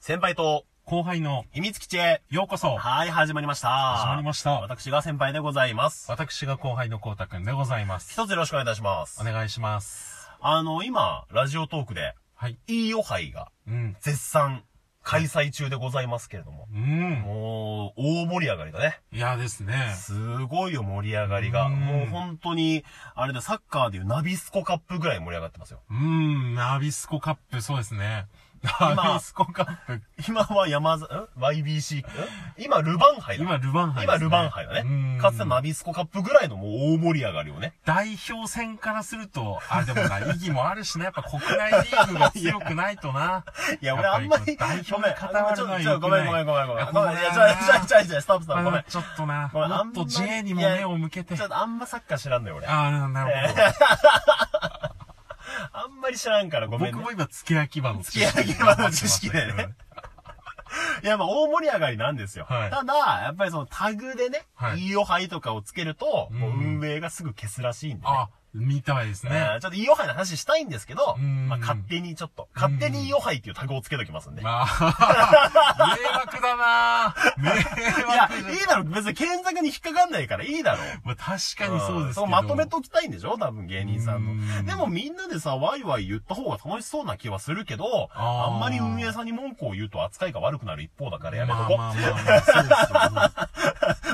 先輩と後輩の秘密基地へ。ようこそはい、始まりました。始まりました。私が先輩でございます。私が後輩のこうたくんでございます。一つよろしくお願いいたしますお。願いします。あの、今、ラジオトークで、はい。いいお杯がうん。絶賛開催中でございますけれども。うん。もう、大盛り上がりだね。いやですね。すごいよ、盛り上がりが。うんもう本当に、あれだ、サッカーでいうナビスコカップぐらい盛り上がってますよ。うん。ナビスコカップ、そうですね。ナビスコカップ。今は山ざ、ん ?YBC? ん今、ルバン杯だ。今、ルヴァンハイで今すね。ルバン杯だうんね。かつてナビスコカップぐらいのもう大盛り上がりをね。代表戦からすると、あれでもな、意義もあるしな、やっぱ国内リーグが強くないとな。いや、俺やっあぱりんまこうり、代表ごめんに固まるのはちょちょごめんごめんごめんごめん。ごめん、いや、良くちなょいいちょいちょいちょい、ストップストップ、ごめん。ちょっとな、ごめんもっと J にも目を向けてちょ。っとあんまサッカー知らんのよ、俺。あああ、なるほど。んまり知らんから ごめん僕ね。も今、付け焼き場の知識付け焼き場の知識でね。いや、まあ、大盛り上がりなんですよ。はいただ、やっぱりそのタグでね、はいいいおはいとかをつけると、うんもう運営がすぐ消すらしいんで、ね。あ、みたいですね。えーちょっといいおはいの話したいんですけど、うんまあ、勝手にちょっと、勝手にいいおはいっていうタグをつけときますんで。まあ、迷惑だな迷いや惑、いいだろ、別に検索に引っかかんないからいいだろ。まあ確かにそうですけうど。んまとめときたいんでしょ多分芸人さんうんの。でもみんなでさ、ワイワイ言った方が楽しそうな気はするけど、ああーんまり運営さんに文句を言うと扱いが悪くなる一方だからやめとまあこまあまあまあ、そうですよ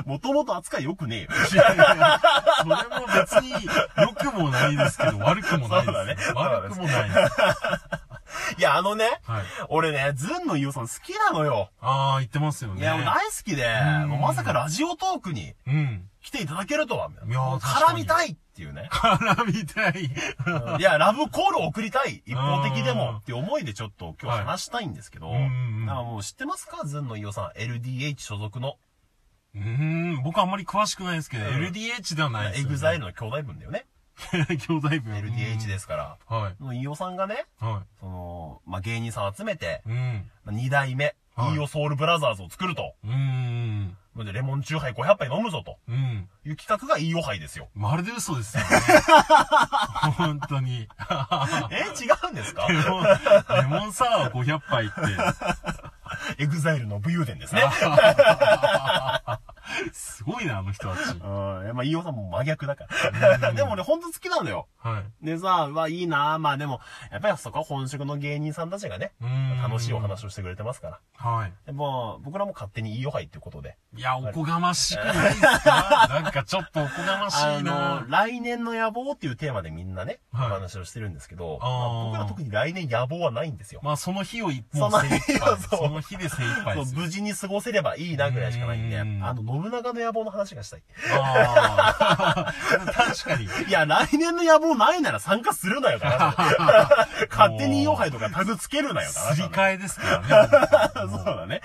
ね。う。もともと扱い良くねえよ。いやいやそれも別に良くもないですけど、悪くもないそうだねでそす。うだね悪くもないです。いや、あのね、はい。俺ね、ズンのゆうさん好きなのよ。ああ、言ってますよね。いや、俺大好きで、んもうまさかラジオトークにうん。来ていただけるとは、いやー確か絡に。みたいっていうねからみたい。いや、ラブコールを送りたい一方的でうんもっていう思いでちょっと今日話したいんですけど、はいうんあもう知ってますかズンのゆうさん、LDH 所属の。うーん、僕あんまり詳しくないですけど、うん LDH ではないですエよね。グザ イルの兄弟分だよね。兄弟分。 LDH ですから。うん。はい。飯尾さんがね、はその、まあ、芸人さん集めてい。、うん。まあ二代目、はい飯尾ソウルブラザーズを作ると。うーん。で、レモンチューハイ500杯飲むぞとうん。。いう企画が飯尾杯ですよまるで嘘です よね。本当に。え違うんですか レモン、レモンサワー500杯って。エグザイルの武勇伝ですね。 すごいな、あの人たち。うん、まあ、飯尾さんも真逆だ から。でも俺ほんと好きなのよ。はい。でさ、まあいいなまあでも、やっぱりそこは本職の芸人さんたちがね、うーん楽しいお。話をしてくれてますから。はでも、僕らも勝手に飯尾杯っていうことで。い。いや、おこがましくないですかなんかちょっとおこがましあいなの、。来年の野望っていうテーマでみんなね、はいお話をしてるんですけど、あーまあ僕ら特に来年野望はないんですよ。まあ、その日を一そ本の精日を一杯。そうその日で精一そ杯でうすよ。無事に過ごせればいいなぐらいしかないんで、うあんの、信長の野望の話がしたい。あー確 かに。いや、来年の野望ないなら参加するなよ、だから。 勝手にイオハイとかタグつけるなよ、だからすり替えで すからね。そうだね。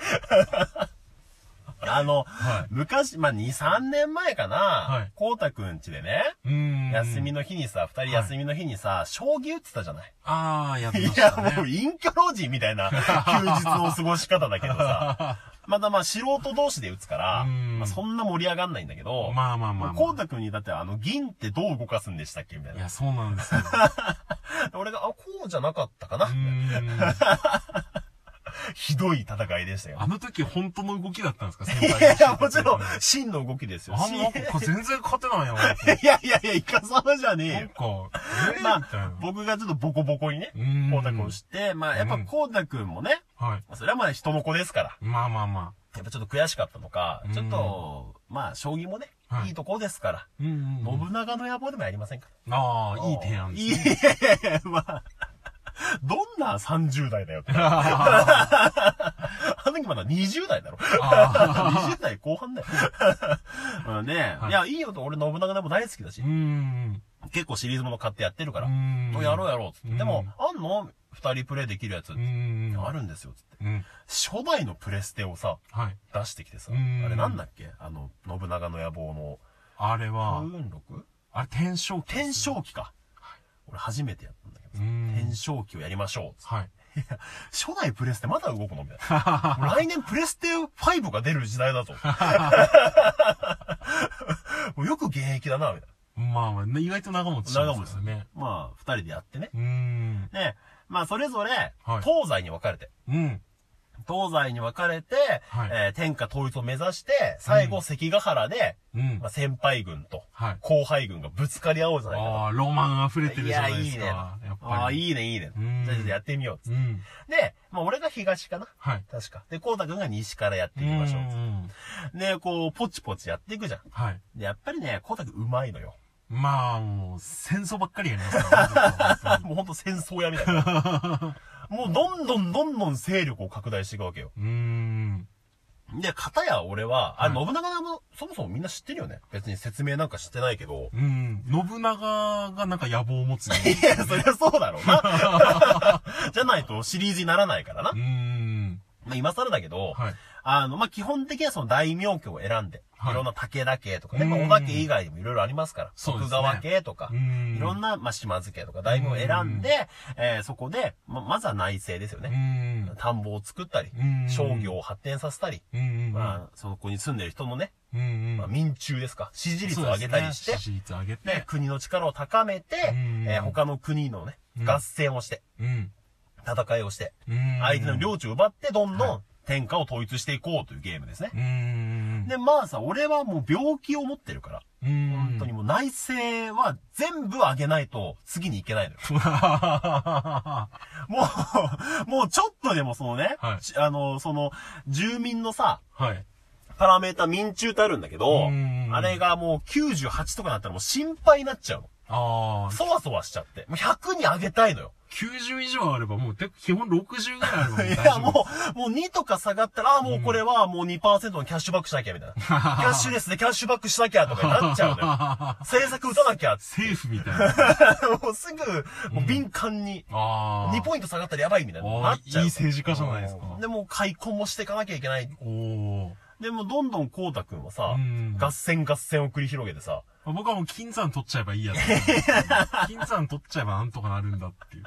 あの、はい昔、まあ、2、3年前かはな、いこうたくんちでね、うーん。休みの日にさ、二人休みの日にさ、将棋打ってたじゃないああ、やってまいしたや、ね。もう隠居老人みたいな休日の過ごし方だけどさ。まだまあ素人同士で打つから、うんまあ、そんな盛り上がんないんだけど、まあまあまあまあこうたくんにだってあの銀ってどう動かすんでしたっけみたいいな。や、そうなんですよ。俺が、あ、こうじゃなかったかなう。ーんひどい戦いでしたよ。あの時本当の動きだったんですか先い輩やいや、もちろんあ、真の動きですよ。真なんか全然勝てないやん。なんか、いやいやいや、イカ様じゃねえよ。えーまみたいあな、。僕がちょっとボコボコにねうん、こうたくんをして、まあ、やっぱこうたくんもね、はい。それはまあ人の子ですから、まあまあまやっぱちょっと悔しかったのかうん、ちょっと、まあ、将棋もねは、いいいとこですから、あ。うんうんうん。信長の野望でもやりませんかああ、いい提案です。いやいや、まあ、 どんな30代だよって。あの時まだ20代だ ろ。20代後半だよ。 うんねはいいや、いいよと俺信長でも大好きだしう、ん。結構シリーズもの買ってやってるかうら、ん。やろうやろうっつって。うんでも、あんの二人プレイできるやつ。うん。あるんですよ、つって。うん。初代のプレステをさ、はい。出してきてさ、うんあれなんだっけあの、信長の野望の、あれは風、雲録あれ、天正期。天正期か。俺初めてやったんだけどさ、うん天正期をやりましょう、つってはい。初代プレステまだ動くのみたい な。もう来年プレステ5が出る時代だぞ。もうよく現役だな、みたいまあまあね、意外と長持ちしな。ま長す持よちするね。まあ、二人でやってね。うん。ね、まあそれぞれはい、東西に分かれて。うん。東西に分かれて、はいえー天下統一を目指して、最後関ヶ原で、うんまあ、先輩軍とはい後輩軍がぶつかり合おうじゃないかと。ああ、ロマン溢れてるいじや、ゃないでいいすね。か。あやっぱり。あー、いいね、いいねうん。じゃあ、ちょっとやってみようっつうって。ん。で、まあ、俺が東かな。はい。確か。で、こうたくんが西からやっていきましょうっつっんて。で、こう、ポチポチやっていくじゃん。はい。で、やっぱりね、こうたくんうまいのよ。まあ、もう、戦争ばっかりやりますからね もうほんと戦争やみたいな。 もうどんどんどんどん勢力を拡大していくわけよ。うーん。で、片や俺は、あれ、はい信長も、そもそもみんな知ってるよね。別に説明なんかしてないけ ど。うん。信長がなんか野望を持つよね。いや、そりゃそうだろうな。 じゃないとシリーズにならないからなう。ーん。まあ、今更だけど、はい。あの、まあ、基本的にはその大名家を選んで、はいい、ろんな武田家とかね、うんまあ、織田家以外にもいろいろありますから、そうですね徳川家とかう、ん。いろんな。な、まあ、島津家とか大名を選んで、えーそこで、まあ、まずは内政ですようね。ん。田んぼを作ったりう、ん商業を発展させたり、うんうん。まあ、そこに住んでる人のね、うんうん。まあ、民中ですか、支持率を上げたりして、そうですね支持率上でげて。国の力を高めて、うんえー他の国のね、うん合戦をして、うん。戦いをして、うん。相手の領地を奪って、どんどはん天下を統一していこうというゲームですね。うん。で、まあさ、俺はもう病気を持ってるから、うん。本当にもう内政は全部上げないと次に行けないのよ。はもう、もうちょっとでもそのね、はいちあの、その、住民のさ、い。パラメータ民中ってあるんだけどうん、あれがもう98とかになったらもう心配になっちゃうの。ああ、そわそわしちゃって。もう100に上げたいのよ。 90以上あればもう、て基本60ぐらいあればも うい大丈夫。や、もう、もう2とか下がったら、あーもうこれはもう2%のキャッシュバックしなきゃみ たいな。キャッシュレスでキャッシュバックしなきゃとかになっちゃうのよ。 政策打たなきゃっつ政府みたいな。もうすぐ、もう敏感に、あ2ポイント下がったらやばいみたいな。おーなっちゃう。いい政治家じゃないですかで、もう開墾もしていかなきゃいけない。おおで、もうどんどんこうたくんはさうん、合戦合戦を繰り広げてさ、ー。僕はもう金山取っちゃえばい いやつ。金山取っちゃえばなんとかなるんだってい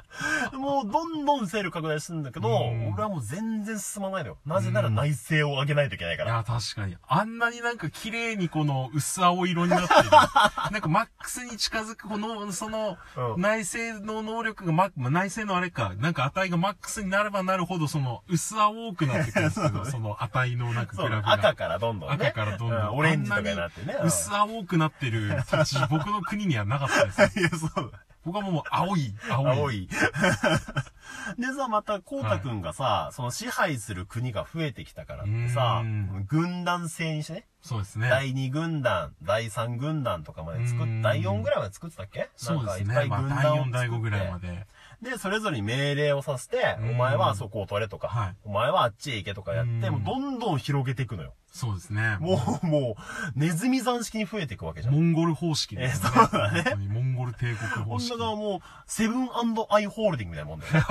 う。もうどんどん勢力拡大するんだけど、うん俺はもう全然進まないのよ。なぜなら内政を上げないといけないかいら。や、確かに。あんなになんか綺麗にこの薄青色になって る。なんかマックスに近づく、この、その、うん内政の能力がマック、まあ内政のあれか、なんか値がマックスになればなるほど、その、薄青くなってくるん ですけど、その値のなんかグそう、ラフが。赤からどんどんね。赤からどんどんうオレンジとかになってねあん。に薄青くなってる土地、僕の国にはなかったですね。いや、そうだ。僕はもう青い、青い。 青い。 でさ、また、こうたくんがさ、その支配する国が増えてきたからってさうん、軍団制にしてね、そうですね。第2軍団、第3軍団とかまで作っうん第4ぐらいまで作ってたっけそうでなすんかね。いっぱいまあ、軍第団を作4、第5ぐらいまで。で。で、それぞれに命令をさせて、うんお前はあそこを取れとか、はいお前はあっちへ行けとかやって、うんもうどんどん広げていくのよ。そうですね。もう、もう、ネズミ山式に増えていくわけじゃんモ。ンゴル方式ですね。えそうだね本当にモンゴル帝国方式女。がもう、セブンアイ・ホールディングみたいなもん だよね。フ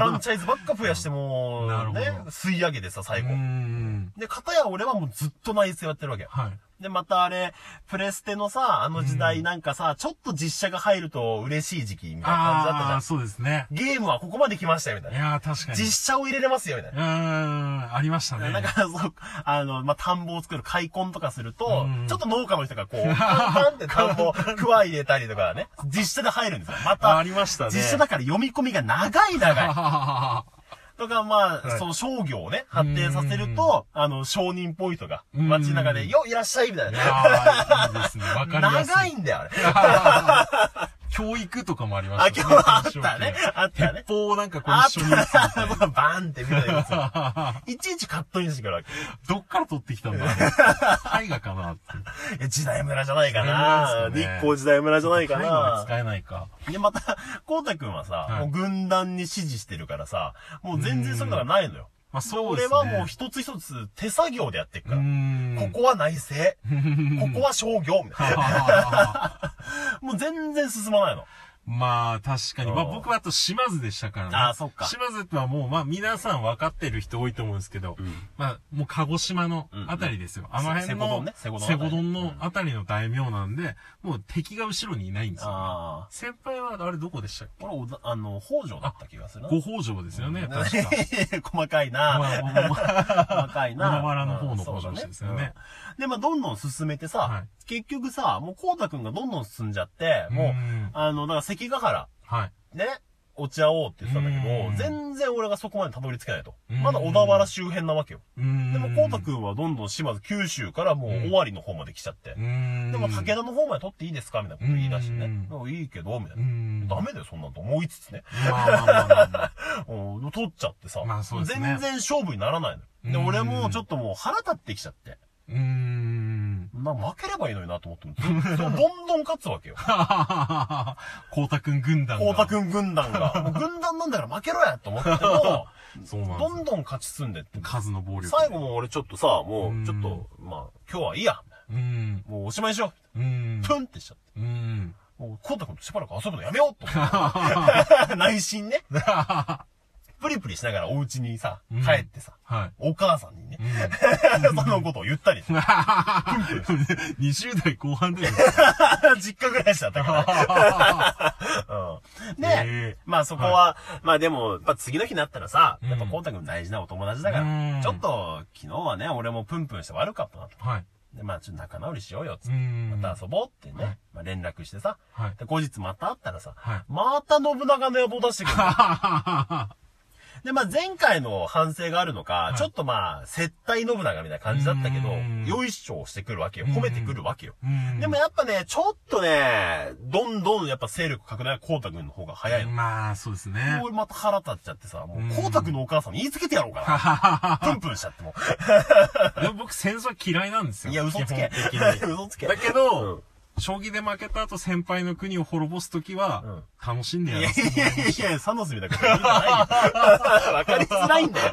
ランチャイズばっか増やしてもなるう、ほどね、吸い上げてさ、最う後。ん。で、片や俺はもうずっと内政やってるわけよ。はい。で、またあれ、プレステのさ、あの時代なんかさ、ちょっと実写が入ると嬉しい時期みたいな感じだああー、ったそうですね。じゃん。ゲームはここまで来ましたよ、みたいいな。やー、確かに。実写を入れれますよ、みたいうな。ーん、ありましたね。なんか、そう、あの、まあ、田んぼを作る開墾とかすると、うんちょっと農家の人が こう、カンカンって田んぼ、くわ入れたりとかね、実写で入るんですよ。また、ありましたね。実写だから読み込みが長いは 長い。はははとか、まあ、はいその商業をね、発展させると、あの、商人ポイントが、街の中で、うんよ、いらっしゃいみたいいな。やー、いいですね。わかりやすい。長いんだよ、あれ。 教育とかもありましたあ教育あったねあったね鉄砲をなんかこうあっ一緒に撃つみたいた ら、バンって見たりする。いちいちカットインしてくるわけ。 どっから取ってきたんだあれ。絵画かなって。いや時代村じゃないか時代村な。ですかね日光時代村じゃないか絵画はな。使えないか。で、また、こうたくんはさ、はいもう軍団に指示してるからさ、もう全然そういうのがないのよ。まあそうで俺すね。はもう一つ一つ手作業でやっていくかうーら。 ん。ここは内政。 ここは商業。みたいな。もう全然進まないの。まあ、確かに。まあうん僕はあと島津でしたからね。あーそっか島津ってのはもう、まあ皆さん分かってる人多いと思うんですけど、まあもう鹿児島のあたりですよ。あの辺の、せ瀬古丼ね瀬古丼のあたり瀬古丼のあたりの大名なんで、もう敵が後ろにいないんですよ。ああ。先輩はあれどこでしたっけ俺、おだあの、北条だった気がするな。ご北条ですよね、確か。 細かいな。まあ細かいな。小田原の方の北条氏うんですよね。うんで、まあ、どんどん進めてさ、は結局さ、もう、こうたくんがどんどん進んじゃって、もう、うんあの、だから関ヶ原、はい。ね、落ち合おうって言ってたんだけど、うん全然俺がそこまでたどり着けないと。うんまだ小田原周辺なわけよ。うん。でも、こうたくんはどんどん島津、九州からもううん尾張の方まで来ちゃってう。ん。でも、武田の方まで取っていいですかみたいなこと言い出してね。うんなんかいいけど、みたいうな。ん。ダメだよ、そんなんと思いつつね。まあまあまあまあまあ。うん取っちゃってさ。まあそうですね全然勝負にならないのうよ。んで、俺もちょっともう腹立ってきちゃって。うーん。まあ、負ければいいのになと思っても、ずっとどんどん勝つわ けよ。はははは。光太くん軍団が。光太くん軍団 が。もう軍団なんだから負けろやと思っても、そうなんですどんどん勝ち進んでって。数の暴力。最後も俺ちょっとさ、もうんうちょっと、まあ、今日はいいや。うん。もうおしまいにしようんう。。プンってしちゃって。うん。もう、コウタ君としばらく遊ぶのやめようと思 って。内心ね。プリプリしながらお家にさ、うん帰ってさ、はい。お母さんにねう、ん。そのことを言 ったりして。 20代後半で も。実家ぐらいしちゃった から。うん、で、ええまあそこは、まあでも、やっぱ次の日になったらさ、やっぱうんコウタ君大事なお友達だから、うんちょっと昨日はね、俺もプンプンして悪かったなと。はい。で、まあちょっと仲直りしようよっつうって、ん。また遊ぼうってね、まあ連絡してさ、はい。で後日また会ったらさ、はいまた信長の野望出してくる の。で、まあ、前回の反省があるのか、ちょっとまあ、接待信長みたいな感じだったけどうん、よいしょをしてくるわけよ。褒めてくるわけよ。うん。でもやっぱね、ちょっとね、どんどんやっぱ勢力拡大は光太くんの方が早いの。まあ、そうですね。俺また腹立っちゃってさ、もううん光太くんのお母さんに言いつけてやろうかな。 プンプンしちゃってもでも僕、戦争嫌いなんですう。よ。いや、嘘つけ基本的。に嘘つけ。だけど、将棋で負けた後先輩の国を滅ぼすときは、楽しんでいや やいる。やいやいや、サノスみたいなこと言うんじ ゃないよ。わかりづらいんだよ。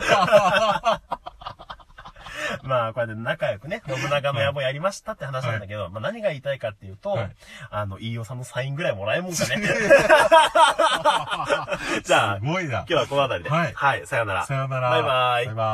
まあ、こうやって仲良くね、信長の野望やりましたって話なんだけど、まあ何が言いたいかっていうと、はいあの、飯尾さんのサインぐらいもらえんもんか ね。じゃあ、す今ごいな日。はこの辺りで。はいはい、さよなら。さよなら。バイバイバイ。バイ。